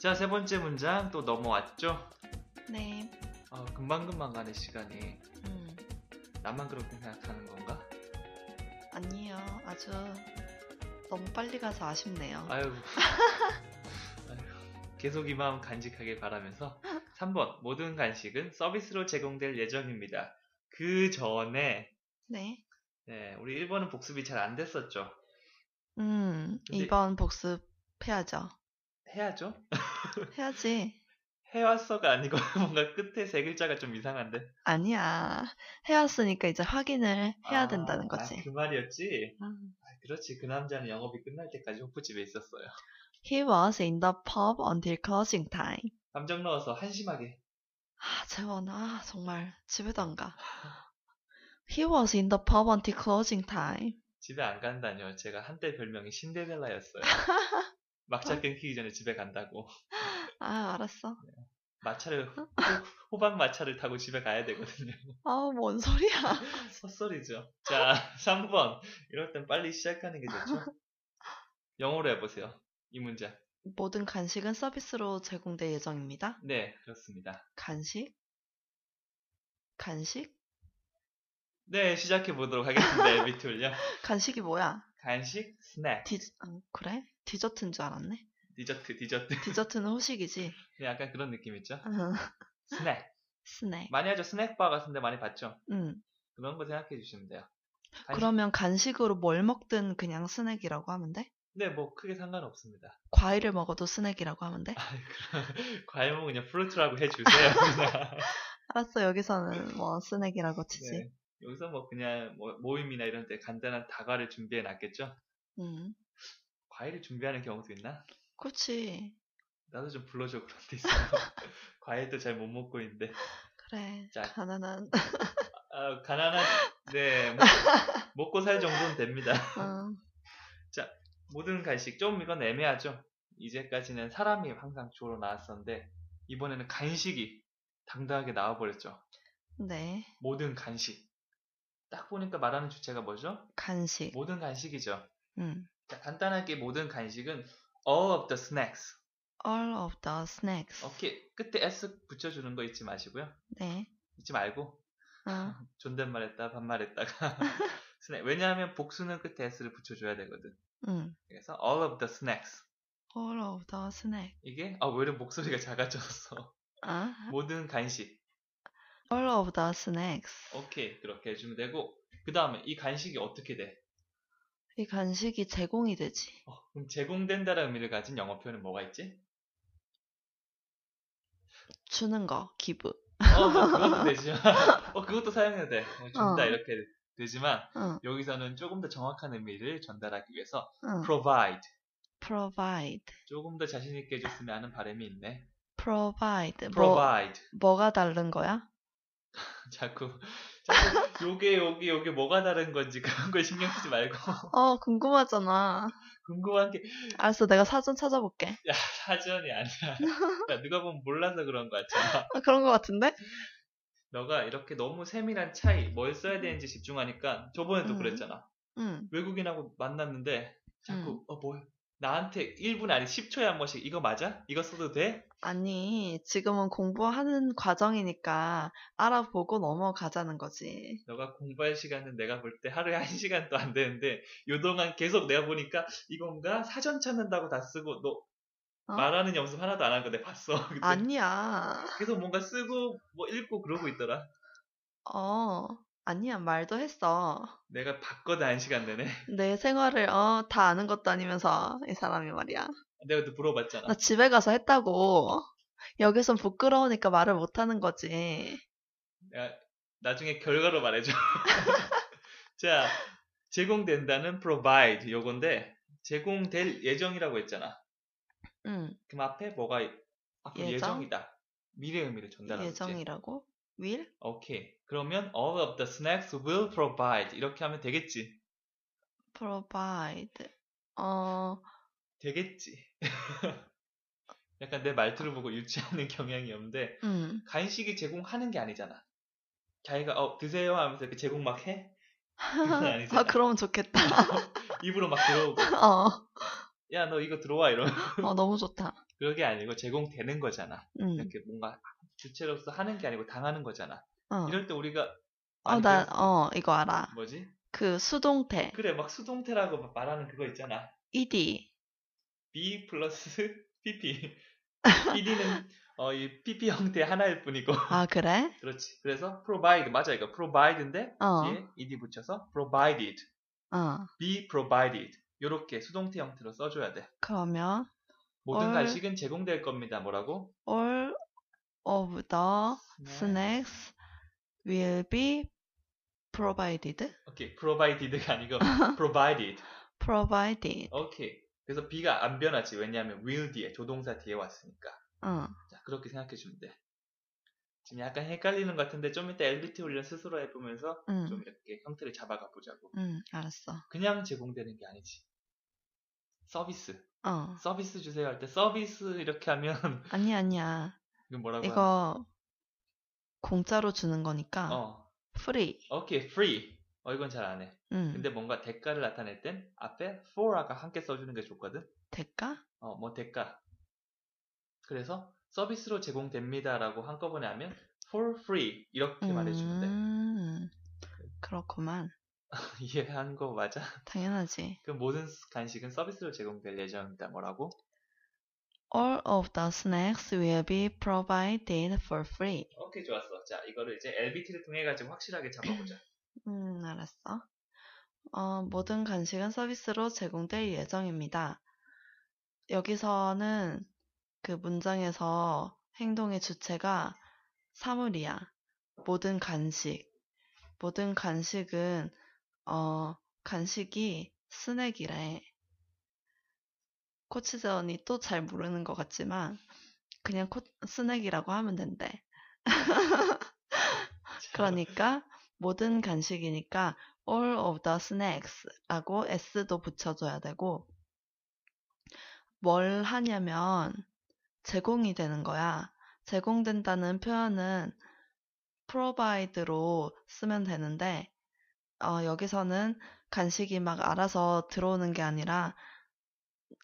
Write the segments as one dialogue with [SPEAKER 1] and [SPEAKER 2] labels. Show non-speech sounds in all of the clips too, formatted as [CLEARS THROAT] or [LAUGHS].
[SPEAKER 1] 자, 세 번째 문장 또 넘어왔죠?
[SPEAKER 2] 네.
[SPEAKER 1] 아, 금방금방 가는 시간이
[SPEAKER 2] 음,
[SPEAKER 1] 나만 그렇게 생각하는 건가?
[SPEAKER 2] 아니에요. 아주 너무 빨리 가서 아쉽네요.
[SPEAKER 1] 아유,
[SPEAKER 2] [LAUGHS]
[SPEAKER 1] 아유, 계속 이 마음 간직하길 바라면서 3번 모든 간식은 서비스로 제공될 예정입니다. 그 전에
[SPEAKER 2] 네.
[SPEAKER 1] 네, 우리 1번은 복습이 잘 안 됐었죠.
[SPEAKER 2] 음,
[SPEAKER 1] 근데-
[SPEAKER 2] 이번 복습 해야죠.
[SPEAKER 1] 해야죠.
[SPEAKER 2] 해야지.
[SPEAKER 1] 해왔어가 아니고 [LAUGHS] 뭔가 끝에 세 글자가 좀 이상한데.
[SPEAKER 2] 아니야. 해왔으니까 이제 확인을 해야
[SPEAKER 1] 아,
[SPEAKER 2] 된다는
[SPEAKER 1] 아,
[SPEAKER 2] 거지.
[SPEAKER 1] 그 말이었지.
[SPEAKER 2] 아.
[SPEAKER 1] 아, 그렇지. 그 남자는 영업이 끝날 때까지 호프집에 있었어요.
[SPEAKER 2] He was in the pub until closing time.
[SPEAKER 1] 감정 넣어서 한심하게.
[SPEAKER 2] 아, 재원, 아, 정말 집에도 안 가. He was in the pub until closing time.
[SPEAKER 1] 집에 안 간다뇨. 제가 한때 별명이 신데렐라였어요. 막차 끊기기 전에 집에 간다고.
[SPEAKER 2] 아, 알았어.
[SPEAKER 1] 마차를 호- 호박 마차를 타고 집에 가야 되거든요.
[SPEAKER 2] 아우, 뭔 소리야.
[SPEAKER 1] 헛소리죠. 자, 3번. 이럴 땐 빨리 시작하는 게 좋죠. 영어로 해보세요. 이 문장.
[SPEAKER 2] 모든 간식은 서비스로 제공될 예정입니다.
[SPEAKER 1] 네, 그렇습니다.
[SPEAKER 2] 간식? 간식?
[SPEAKER 1] 네, 시작해 보도록 하겠습니다. 에비툴요.
[SPEAKER 2] 간식이 뭐야?
[SPEAKER 1] 간식, 스낵,
[SPEAKER 2] 디, 어, 그래? 디저트인 줄 알았네?
[SPEAKER 1] 디저트, 디저트. [LAUGHS]
[SPEAKER 2] 디저트는 후식이지. [LAUGHS]
[SPEAKER 1] 네, 약간 그런 느낌 있죠? 스낵.
[SPEAKER 2] 스낵.
[SPEAKER 1] 많이 하죠. 스낵바 같은데 많이 봤죠?
[SPEAKER 2] 음.
[SPEAKER 1] 그런 거 생각해 주시면 돼요. 간식-
[SPEAKER 2] 그러면 간식으로 뭘 먹든 그냥 스낵이라고 하면 돼?
[SPEAKER 1] 네, 뭐 크게 상관없습니다.
[SPEAKER 2] 과일을 먹어도 스낵이라고
[SPEAKER 1] [LAUGHS]
[SPEAKER 2] 하면 돼?
[SPEAKER 1] 과일 먹으면 그냥 프루트라고 해주세요. 그냥.
[SPEAKER 2] 알았어, 여기서는 뭐 스낵이라고 치지.
[SPEAKER 1] 네. 여기서 뭐 그냥 뭐 모임이나 이런 데 간단한 다과를 준비해 놨겠죠?
[SPEAKER 2] 음.
[SPEAKER 1] 과일을 준비하는 경우도 있나?
[SPEAKER 2] 그렇지.
[SPEAKER 1] 나도 좀 불러줘 그런 데 있어. [LAUGHS] 과일도 잘 못 먹고 있는데.
[SPEAKER 2] 그래.
[SPEAKER 1] 자. [LAUGHS]
[SPEAKER 2] 가난한.
[SPEAKER 1] 아, 가난한, 네. 먹- 먹고 살 정도는 됩니다.
[SPEAKER 2] 어,
[SPEAKER 1] 모든 간식, 좀 이건 애매하죠? 이제까지는 사람이 항상 주로 나왔었는데, 이번에는 간식이 당당하게 나와버렸죠.
[SPEAKER 2] 네.
[SPEAKER 1] 모든 간식. 딱 보니까 말하는 주체가 뭐죠?
[SPEAKER 2] 간식.
[SPEAKER 1] 모든 간식이죠.
[SPEAKER 2] 음.
[SPEAKER 1] 자, 간단하게 모든 간식은 all of the snacks.
[SPEAKER 2] All of the snacks.
[SPEAKER 1] 오케이. 끝에 s 붙여주는 거 잊지 마시고요.
[SPEAKER 2] 네.
[SPEAKER 1] 잊지 말고
[SPEAKER 2] 어,
[SPEAKER 1] 존댓말했다 반말했다가 [LAUGHS] 스낵. 왜냐하면 복수는 끝에 s를 붙여줘야 되거든.
[SPEAKER 2] 음.
[SPEAKER 1] 그래서 all of the snacks.
[SPEAKER 2] All of the snack.
[SPEAKER 1] 이게 아 오히려 목소리가 작아졌어. [LAUGHS]
[SPEAKER 2] 아,
[SPEAKER 1] 모든 간식.
[SPEAKER 2] all of the snacks.
[SPEAKER 1] 오케이 그렇게 해주면 되고 그 다음에 이 간식이 어떻게 돼?
[SPEAKER 2] 이 간식이 제공이 되지.
[SPEAKER 1] 어, 그럼 제공된다는 의미를 가진 영어 표현은 뭐가 있지?
[SPEAKER 2] 주는 거, 기부.
[SPEAKER 1] 어 뭐, 그것도 되지만 [LAUGHS] 어 그것도 사용해도 돼. 어, 준다
[SPEAKER 2] 어.
[SPEAKER 1] 이렇게 되지만
[SPEAKER 2] 응,
[SPEAKER 1] 여기서는 조금 더 정확한 의미를 전달하기 위해서
[SPEAKER 2] 응.
[SPEAKER 1] provide
[SPEAKER 2] provide.
[SPEAKER 1] 조금 더 자신 있게 해줬으면 하는 바람이 있네.
[SPEAKER 2] provide. 뭐,
[SPEAKER 1] provide [LAUGHS]
[SPEAKER 2] 뭐가 다른 거야?
[SPEAKER 1] 자꾸 자꾸 요게 요게 요게 뭐가 다른 건지 그런 걸 신경 쓰지 말고 [LAUGHS]
[SPEAKER 2] 어, 궁금하잖아.
[SPEAKER 1] 궁금한 게
[SPEAKER 2] 알았어, 내가 사전 찾아볼게.
[SPEAKER 1] 사전이 아니라 야, 누가 보면 몰라서 그런 거 같잖아.
[SPEAKER 2] 아, 그런 거 같은데?
[SPEAKER 1] 너가 이렇게 너무 세밀한 차이 뭘 써야 되는지 집중하니까 저번에도
[SPEAKER 2] 음.
[SPEAKER 1] 그랬잖아.
[SPEAKER 2] 응,
[SPEAKER 1] 외국인하고 만났는데
[SPEAKER 2] 음.
[SPEAKER 1] 자꾸 어 뭐야 나한테 1분 아니 10초에 한 번씩 이거 맞아? 이거 써도 돼?
[SPEAKER 2] 아니, 지금은 공부하는 과정이니까 알아보고 넘어가자는 거지.
[SPEAKER 1] 너가 공부할 시간은 내가 볼 때 하루에 한 시간도 안 되는데 요동안 계속 내가 보니까 이건가 사전 찾는다고 다 쓰고 너
[SPEAKER 2] 어?
[SPEAKER 1] 말하는 연습 하나도 안 한 거 내가 봤어. [LAUGHS] 그때
[SPEAKER 2] 아니야.
[SPEAKER 1] 계속 뭔가 쓰고 뭐 읽고 그러고 있더라.
[SPEAKER 2] 어, 아니야, 말도 했어.
[SPEAKER 1] 내가 봤거든 한 시간 내내. [LAUGHS]
[SPEAKER 2] 내 생활을, 어, 다 아는 것도 아니면서, 이 사람이 말이야.
[SPEAKER 1] 내가 그때 물어봤잖아.
[SPEAKER 2] 나 집에 가서 했다고. 여기선 부끄러우니까 말을 못 하는 거지.
[SPEAKER 1] 내가 나중에 결과로 말해줘. [LAUGHS] 자 제공된다는 provide 요건데 제공될 예정이라고 했잖아.
[SPEAKER 2] 응,
[SPEAKER 1] 그럼 앞에 뭐가 이- 앞으로
[SPEAKER 2] 예정?
[SPEAKER 1] 예정이다. 미래 의미를 전달하는 거지.
[SPEAKER 2] 예정이라고? will?
[SPEAKER 1] 오케이. 그러면 all of the snacks will provide 이렇게 하면 되겠지.
[SPEAKER 2] provide. 어,
[SPEAKER 1] 되겠지. [LAUGHS] 약간 내 말투를 보고 유치하는 [LAUGHS] 경향이 없는데 [LAUGHS]
[SPEAKER 2] 음,
[SPEAKER 1] 간식이 제공하는 게 아니잖아. 자기가 어 드세요 하면서 이렇게 제공 막 해. [LAUGHS] 그건 아니잖아.
[SPEAKER 2] [LAUGHS] 아, 그러면 좋겠다.
[SPEAKER 1] [LAUGHS] 입으로 막 들어오고
[SPEAKER 2] 어,
[SPEAKER 1] 야 너 이거 들어와 이러면 [LAUGHS]
[SPEAKER 2] 어, 너무 좋다.
[SPEAKER 1] 그게 아니고 제공되는 거잖아.
[SPEAKER 2] 응.
[SPEAKER 1] 이렇게 뭔가 주체로서 하는 게 아니고 당하는 거잖아.
[SPEAKER 2] 어.
[SPEAKER 1] 이럴 때 우리가
[SPEAKER 2] 어, 나, 어, 이거 알아.
[SPEAKER 1] 뭐지?
[SPEAKER 2] 그 수동태,
[SPEAKER 1] 그래 막 수동태라고 막 말하는 그거 있잖아.
[SPEAKER 2] ed.
[SPEAKER 1] B 플러스 [LAUGHS] PP. PD는 어, 이 PP 형태 하나일 뿐이고. [LAUGHS]
[SPEAKER 2] 아, 그래?
[SPEAKER 1] 그렇지. 그래서 provide 맞아 이거 provide인데 [LAUGHS]
[SPEAKER 2] 어,
[SPEAKER 1] 뒤에 ed 붙여서 provided,
[SPEAKER 2] 어.
[SPEAKER 1] be provided 요렇게 수동태 형태로 써줘야 돼.
[SPEAKER 2] 그러면,
[SPEAKER 1] 모든
[SPEAKER 2] 얼-
[SPEAKER 1] 간식은 제공될 겁니다. 뭐라고?
[SPEAKER 2] all of the
[SPEAKER 1] 네.
[SPEAKER 2] snacks will be provided.
[SPEAKER 1] 오케이, provided가 아니고 provided.
[SPEAKER 2] provided.
[SPEAKER 1] 오케이. 그래서 be가 안 변하지. 왜냐하면 will 뒤에 조동사 뒤에 왔으니까.
[SPEAKER 2] 응.
[SPEAKER 1] 자, 그렇게 생각해 주면 돼. 지금 약간 헷갈리는 것 같은데 좀 이따 LBT 훈련 스스로 해보면서
[SPEAKER 2] 응.
[SPEAKER 1] 좀 이렇게 형태를 잡아가 보자고.
[SPEAKER 2] 응. 알았어.
[SPEAKER 1] 그냥 제공되는 게 아니지. 서비스.
[SPEAKER 2] 어.
[SPEAKER 1] 서비스 주세요 할 때 서비스 이렇게 하면 [LAUGHS]
[SPEAKER 2] 아니 아니야.
[SPEAKER 1] 이거 뭐라고 하지?
[SPEAKER 2] 이거 공짜로 주는 거니까
[SPEAKER 1] 어.
[SPEAKER 2] free.
[SPEAKER 1] 오케이, free. 어, 이건 잘 안 해.
[SPEAKER 2] 응.
[SPEAKER 1] 근데 뭔가 대가를 나타낼 땐 앞에 for가 함께 써주는 게 좋거든.
[SPEAKER 2] 대가?
[SPEAKER 1] 어, 뭐 대가. 그래서 서비스로 제공됩니다라고 한꺼번에 하면 for free 이렇게 말해주면 돼.
[SPEAKER 2] 음. 그렇구만.
[SPEAKER 1] [LAUGHS] 이해한 거 맞아?
[SPEAKER 2] 당연하지.
[SPEAKER 1] 그 모든 스- 간식은 서비스로 제공될 예정이다. 뭐라고?
[SPEAKER 2] All of the snacks will be provided for free.
[SPEAKER 1] 오케이 좋았어. 자 이거를 이제 LBT를 통해 가지고 확실하게
[SPEAKER 2] [CLEARS THROAT]
[SPEAKER 1] 잡아보자.
[SPEAKER 2] 음, 알았어. 어, 모든 간식은 서비스로 제공될 예정입니다. 여기서는 그 문장에서 행동의 주체가 사물이야. 모든 간식. 모든 간식은, 어, 간식이 스낵이래. 코치전이 또 잘 모르는 것 같지만, 그냥 코, 스낵이라고 하면 된대. [LAUGHS] 그러니까 모든 간식이니까 all of the snacks라고 s도 붙여줘야 되고 뭘 하냐면 제공이 되는 거야. 제공된다는 표현은 provide로 쓰면 되는데 어, 여기서는 간식이 막 알아서 들어오는 게 아니라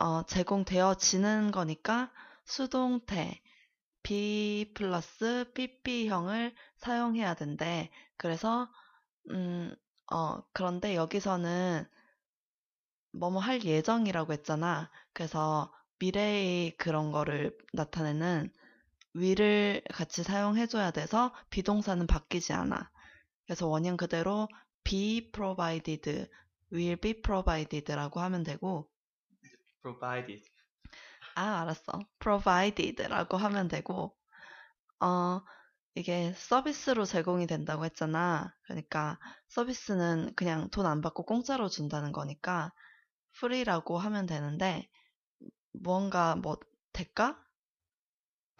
[SPEAKER 2] 어, 제공되어지는 거니까 수동태 B 플러스 PP형을 사용해야 된대. 그래서, 음, 어, 그런데 여기서는 뭐뭐 할 예정이라고 했잖아. 그래서 미래의 그런 거를 나타내는 will을 같이 사용해줘야 돼서 비동사는 바뀌지 않아. 그래서 원형 그대로 be provided, will be provided라고 하면 되고,
[SPEAKER 1] provided.
[SPEAKER 2] 아, 알았어. provided라고 하면 되고, 어, 이게 서비스로 제공이 된다고 했잖아. 그러니까 서비스는 그냥 돈 안 받고 공짜로 준다는 거니까 free라고 하면 되는데, 뭔가 뭐, 대가?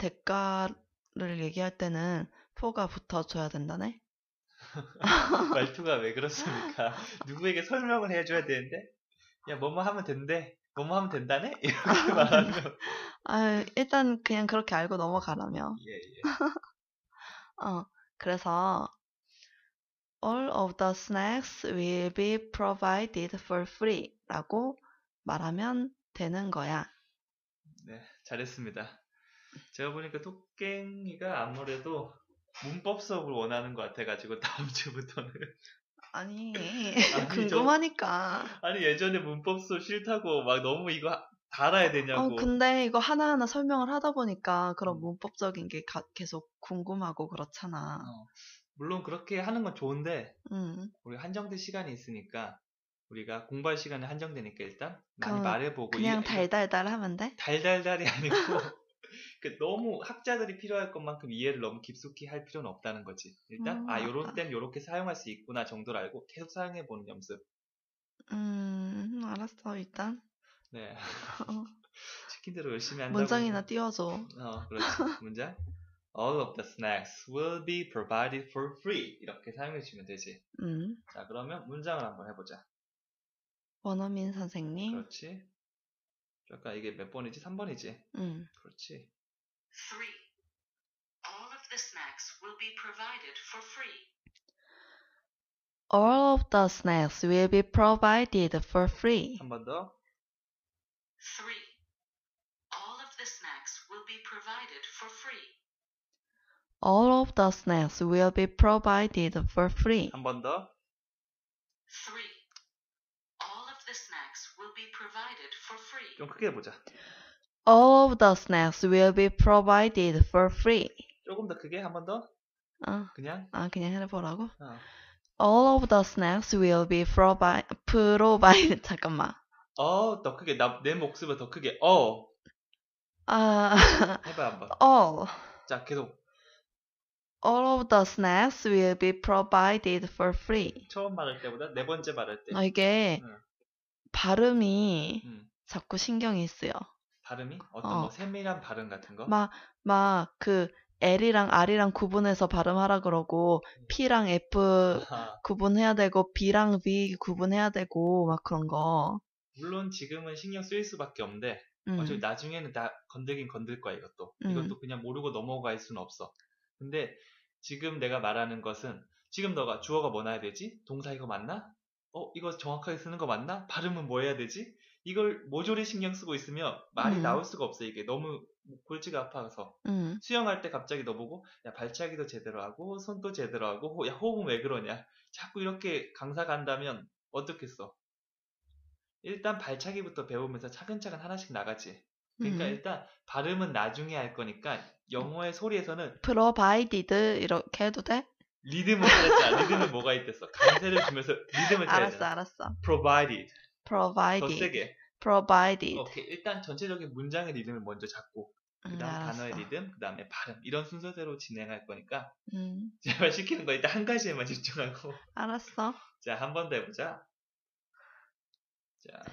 [SPEAKER 2] 대가를 얘기할 때는 포가 붙어줘야 된다네?
[SPEAKER 1] 말투가 왜
[SPEAKER 2] [LAUGHS]
[SPEAKER 1] 그렇습니까? 누구에게 설명을 해줘야 되는데 야 뭐뭐 하면 된대. 뭐뭐 하면 된다네? 이렇게 [LAUGHS] 말하면
[SPEAKER 2] 아, 일단 그냥 그렇게 알고 넘어가라며.
[SPEAKER 1] 예, 예.
[SPEAKER 2] 어, 그래서 All of the snacks will be provided for free 라고 말하면 되는 거야.
[SPEAKER 1] 네, 잘했습니다. 제가 보니까 토깽이가 아무래도 문법 수업을 원하는 것 같아가지고 [LAUGHS] 다음 주부터는 [LAUGHS]
[SPEAKER 2] 아니,
[SPEAKER 1] 저-
[SPEAKER 2] 궁금하니까.
[SPEAKER 1] 아니 예전에 문법 수업 싫다고 막 너무 이거 하- 달아야
[SPEAKER 2] 어,
[SPEAKER 1] 되냐고
[SPEAKER 2] 근데 이거 하나하나 설명을 하다 보니까 그런
[SPEAKER 1] 음.
[SPEAKER 2] 문법적인 게 가- 계속 궁금하고 그렇잖아.
[SPEAKER 1] 어, 물론 그렇게 하는 건 좋은데
[SPEAKER 2] 음,
[SPEAKER 1] 우리 한정된 시간이 있으니까 우리가 공부할 시간이 한정되니까 일단 많이
[SPEAKER 2] 그럼
[SPEAKER 1] 말해보고
[SPEAKER 2] 그냥
[SPEAKER 1] 이-
[SPEAKER 2] 달달달 하면 돼?
[SPEAKER 1] [LAUGHS] 달달달이
[SPEAKER 2] [LAUGHS]
[SPEAKER 1] 아니고 그 너무 학자들이 필요할 것만큼 이해를 너무 깊숙이 할 필요는 없다는 거지 일단
[SPEAKER 2] 음,
[SPEAKER 1] 아 요런
[SPEAKER 2] 맞다.
[SPEAKER 1] 땐 요렇게 사용할 수 있구나 정도를 알고 계속 사용해보는 연습
[SPEAKER 2] 음, 알았어, 일단.
[SPEAKER 1] 네 [LAUGHS]
[SPEAKER 2] 어,
[SPEAKER 1] 시킨 대로 열심히 한다고
[SPEAKER 2] 문장이나 띄워줘.
[SPEAKER 1] 어, 그렇지. 문장. All of the snacks will be provided for free. 이렇게 사용해 주면 되지.
[SPEAKER 2] 음,
[SPEAKER 1] 자, 그러면 문장을 한번 해보자.
[SPEAKER 2] 원어민 선생님.
[SPEAKER 1] 그렇지. 잠깐 이게 몇 번이지? 3번이지.
[SPEAKER 2] 음,
[SPEAKER 1] 그렇지.
[SPEAKER 3] 3. All of the snacks will be provided for free.
[SPEAKER 2] All of the snacks will be provided for free.
[SPEAKER 1] 한 번 더.
[SPEAKER 3] 3. All of the the snacks will be provided for free.
[SPEAKER 2] All of the snacks will be provided for free.
[SPEAKER 1] 한 번 더.
[SPEAKER 3] 3. All of the snacks will be provided for free.
[SPEAKER 1] 좀 크게 보자.
[SPEAKER 2] All of the snacks will be provided for free.
[SPEAKER 1] 조금 더 크게 한 번 더.
[SPEAKER 2] 어,
[SPEAKER 1] 그냥.
[SPEAKER 2] 아, 그냥 해보라고?
[SPEAKER 1] 어.
[SPEAKER 2] All of the snacks will be provi- provided. [LAUGHS] 잠깐만.
[SPEAKER 1] 어, 더 크게. 나, 내 목소리보다 더 크게. 어.
[SPEAKER 2] 아, [LAUGHS]
[SPEAKER 1] 해봐 한번.
[SPEAKER 2] all.
[SPEAKER 1] 자, 계속.
[SPEAKER 2] All of the snacks will be provided for free.
[SPEAKER 1] 처음 말할 때보다 네 번째 말할 때.
[SPEAKER 2] 어, 이게
[SPEAKER 1] 응.
[SPEAKER 2] 발음이
[SPEAKER 1] 음,
[SPEAKER 2] 자꾸 신경이 쓰여.
[SPEAKER 1] 발음이 어떤
[SPEAKER 2] 어.
[SPEAKER 1] 뭐 세밀한 발음 같은 거.
[SPEAKER 2] 막 그 L이랑 R이랑 구분해서 발음하라 그러고 P랑 F
[SPEAKER 1] 아,
[SPEAKER 2] 구분해야 되고 B랑 V 구분해야 되고 막 그런 거.
[SPEAKER 1] 물론 지금은 신경 쓰일 수밖에 없는데
[SPEAKER 2] 음.
[SPEAKER 1] 어차피 나중에는 다 건들긴 건들 거야 이것도.
[SPEAKER 2] 음.
[SPEAKER 1] 이것도 그냥 모르고 넘어갈 수는 없어. 근데 지금 내가 말하는 것은 지금 너가 주어가 뭐 나야 되지? 동사 이거 맞나? 어 이거 정확하게 쓰는 거 맞나? 발음은 뭐 해야 되지? 이걸 모조리 신경 쓰고 있으면 말이
[SPEAKER 2] 음.
[SPEAKER 1] 나올 수가 없어 이게 너무 골치가 아파서
[SPEAKER 2] 음.
[SPEAKER 1] 수영할 때 갑자기 너 보고 야 발차기도 제대로 하고 손도 제대로 하고 호- 야 호흡은 왜 그러냐 자꾸 이렇게 강사 간다면 어떻겠어 일단 발차기부터 배우면서 차근차근 하나씩 나가지 그러니까
[SPEAKER 2] 음.
[SPEAKER 1] 일단 발음은 나중에 할 거니까 영어의 소리에서는
[SPEAKER 2] provided 이렇게 해도 돼?
[SPEAKER 1] 리듬을 찾았잖아 리듬에 뭐가 있댔어 강세를 주면서 리듬을
[SPEAKER 2] 알았어,
[SPEAKER 1] 찾았잖아
[SPEAKER 2] 알았어.
[SPEAKER 1] provided 네, 더
[SPEAKER 2] provided.
[SPEAKER 1] 세게
[SPEAKER 2] provided.
[SPEAKER 1] 오케이 일단 전체적인 문장의 리듬을 먼저 잡고
[SPEAKER 2] 음,
[SPEAKER 1] 그다음
[SPEAKER 2] 알았어.
[SPEAKER 1] 단어의 리듬 그다음에 발음 이런 순서대로 진행할 거니까 [LAUGHS]
[SPEAKER 2] 음.
[SPEAKER 1] 제발 시키는 거 일단 한 가지에만 집중하고
[SPEAKER 2] 알았어.
[SPEAKER 1] 자 한 번 더 해보자 자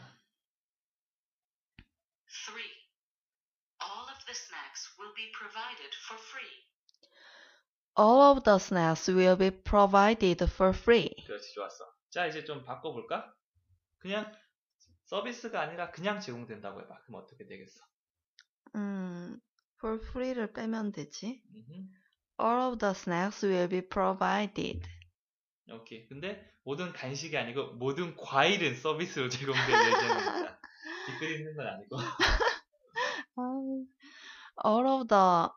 [SPEAKER 3] 3. All of the snacks will be provided for free.
[SPEAKER 2] All of the snacks will be provided for free.
[SPEAKER 1] 그렇지 좋았어 자 이제 좀 바꿔볼까 그냥 서비스가 아니라 그냥 제공된다고 해봐 그럼 어떻게 되겠어
[SPEAKER 2] 음, for free를 빼면 되지.
[SPEAKER 1] 음흠.
[SPEAKER 2] All of the snacks will be provided.
[SPEAKER 1] 오케이 근데 모든 간식이 아니고 모든 과일은 서비스로 제공될
[SPEAKER 2] [LAUGHS]
[SPEAKER 1] 예정입니다 댓글 있는 건 아니고 [LAUGHS]
[SPEAKER 2] 아, All of the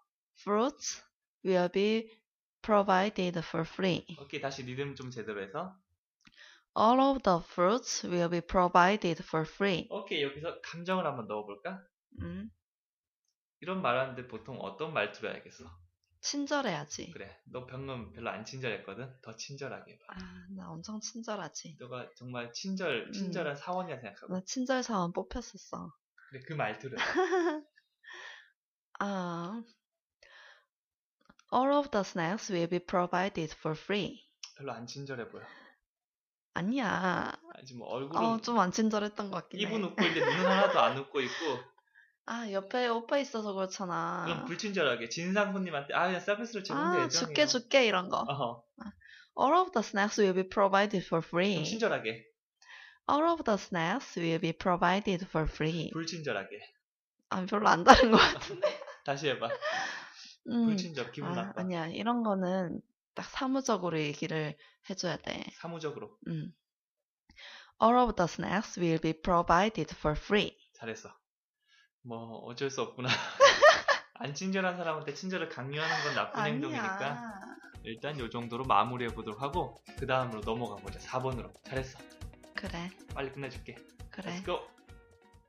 [SPEAKER 2] fruits will be provided for free.
[SPEAKER 1] 오케이 다시 리듬 좀 제대로 해서
[SPEAKER 2] All of the fruits will be provided for free.
[SPEAKER 1] 오케이 여기서 감정을 한번 넣어볼까
[SPEAKER 2] 음,
[SPEAKER 1] 이런 말하는데 보통 어떤 말투로 해야겠어
[SPEAKER 2] 친절해야지.
[SPEAKER 1] 그래 너 방금 별로 안 친절했거든 더 친절하게 해봐
[SPEAKER 2] 아, 나 엄청 친절하지.
[SPEAKER 1] 너가 정말
[SPEAKER 2] 음.
[SPEAKER 1] 친절 친절한 사원이라 생각하고
[SPEAKER 2] 나 친절 사원 뽑혔었어.
[SPEAKER 1] 근데 그 말투를
[SPEAKER 2] 아, all of the snacks will be provided for free.
[SPEAKER 1] 별로 안 친절해 보여.
[SPEAKER 2] 아니야.
[SPEAKER 1] 아니 뭐 얼굴은
[SPEAKER 2] 어, 좀 안 친절했던 것 같긴
[SPEAKER 1] 입은
[SPEAKER 2] 해.
[SPEAKER 1] 웃고 있는데 눈은 하나도 안 웃고 있고
[SPEAKER 2] 아, 옆에 오빠 있어서 그렇잖아.
[SPEAKER 1] 그럼 불친절하게 진상 손님한테 아 그냥 서비스로 제공될
[SPEAKER 2] 아,
[SPEAKER 1] 예정이에요.
[SPEAKER 2] 줄게, 줄게, 이런 거.
[SPEAKER 1] 어,
[SPEAKER 2] All of the snacks will be provided for
[SPEAKER 1] 좀
[SPEAKER 2] free.
[SPEAKER 1] 친절하게
[SPEAKER 2] All of the snacks will be provided for free.
[SPEAKER 1] 불친절하게
[SPEAKER 2] 아, 별로 안 다른 것 같은데.
[SPEAKER 1] 다시 해봐
[SPEAKER 2] 음.
[SPEAKER 1] 불친절 기분
[SPEAKER 2] 아,
[SPEAKER 1] 나빠
[SPEAKER 2] 아니야. 이런 거는 딱 사무적으로 얘기를 해줘야 돼.
[SPEAKER 1] 사무적으로
[SPEAKER 2] 음. All of the snacks will be provided for free.
[SPEAKER 1] 잘했어 뭐 어쩔 수
[SPEAKER 2] [LAUGHS]
[SPEAKER 1] 없구나 안 친절한 사람한테 친절을 강요하는 건 나쁜 행동이니까 일단 요 정도로 마무리해 보도록 하고 그 다음으로 넘어가 보자 4번으로 잘했어
[SPEAKER 2] 그래,
[SPEAKER 1] 빨리 끝내줄게
[SPEAKER 2] 그래.
[SPEAKER 1] Let's go